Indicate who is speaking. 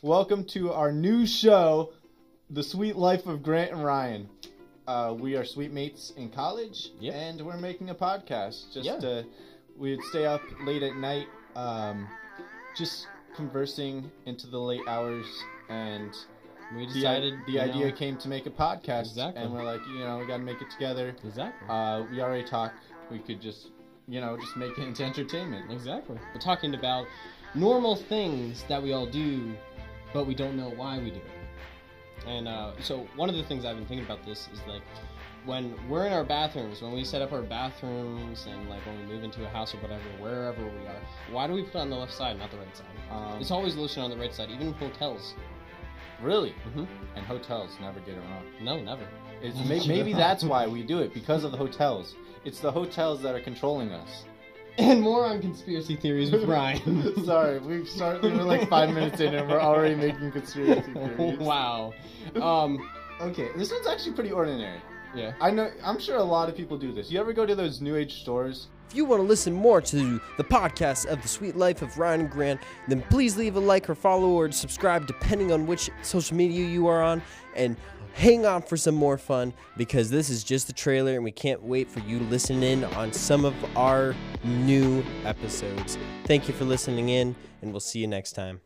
Speaker 1: Welcome to our new show, The Sweet Life of Grant and Ryan. Uh, we are sweet mates in college,
Speaker 2: Yeah.
Speaker 1: and we're making a podcast. Just
Speaker 2: Yeah.
Speaker 1: uh, we would stay up late at night, um, just conversing into the late hours, and
Speaker 2: We
Speaker 1: the,
Speaker 2: decided
Speaker 1: the
Speaker 2: you know-
Speaker 1: idea came to make a podcast.
Speaker 2: Exactly.
Speaker 1: And we're like, you know, we got to make it together.
Speaker 2: exactly,
Speaker 1: Uh, we already talk. We could just, you know, just make it into entertainment.
Speaker 2: exactly. We're talking about normal things that we all do, but we don't know why we do it. And uh, so one of the things I've been thinking about this is like when we're in our bathrooms, when we set up our bathrooms, and like when we move into a house or whatever, wherever we are, why do we put it on the left side, not the right side?
Speaker 1: Um,
Speaker 2: It's always lotion on the right side, even in hotels.
Speaker 1: really,
Speaker 2: Mm-hmm.
Speaker 1: and hotels never get it wrong.
Speaker 2: No, never.
Speaker 1: It's, may- maybe that's why we do it because of the hotels. It's the hotels that are controlling us.
Speaker 2: And more on conspiracy theories with Ryan.
Speaker 1: Sorry, we've started. We're like five minutes in, and we're already making conspiracy theories.
Speaker 2: wow. Um,
Speaker 1: Okay, this one's actually pretty ordinary.
Speaker 2: yeah.
Speaker 1: I know. I'm sure a lot of people do this. You ever go to those new age stores?
Speaker 3: If you want to listen more to the podcast of The Sweet Life of Ryan and Grant, then please leave a like or follow or subscribe depending on which social media you are on. And hang on for some more fun because this is just the trailer and we can't wait for you to listen in on some of our new episodes. Thank you for listening in and we'll see you next time.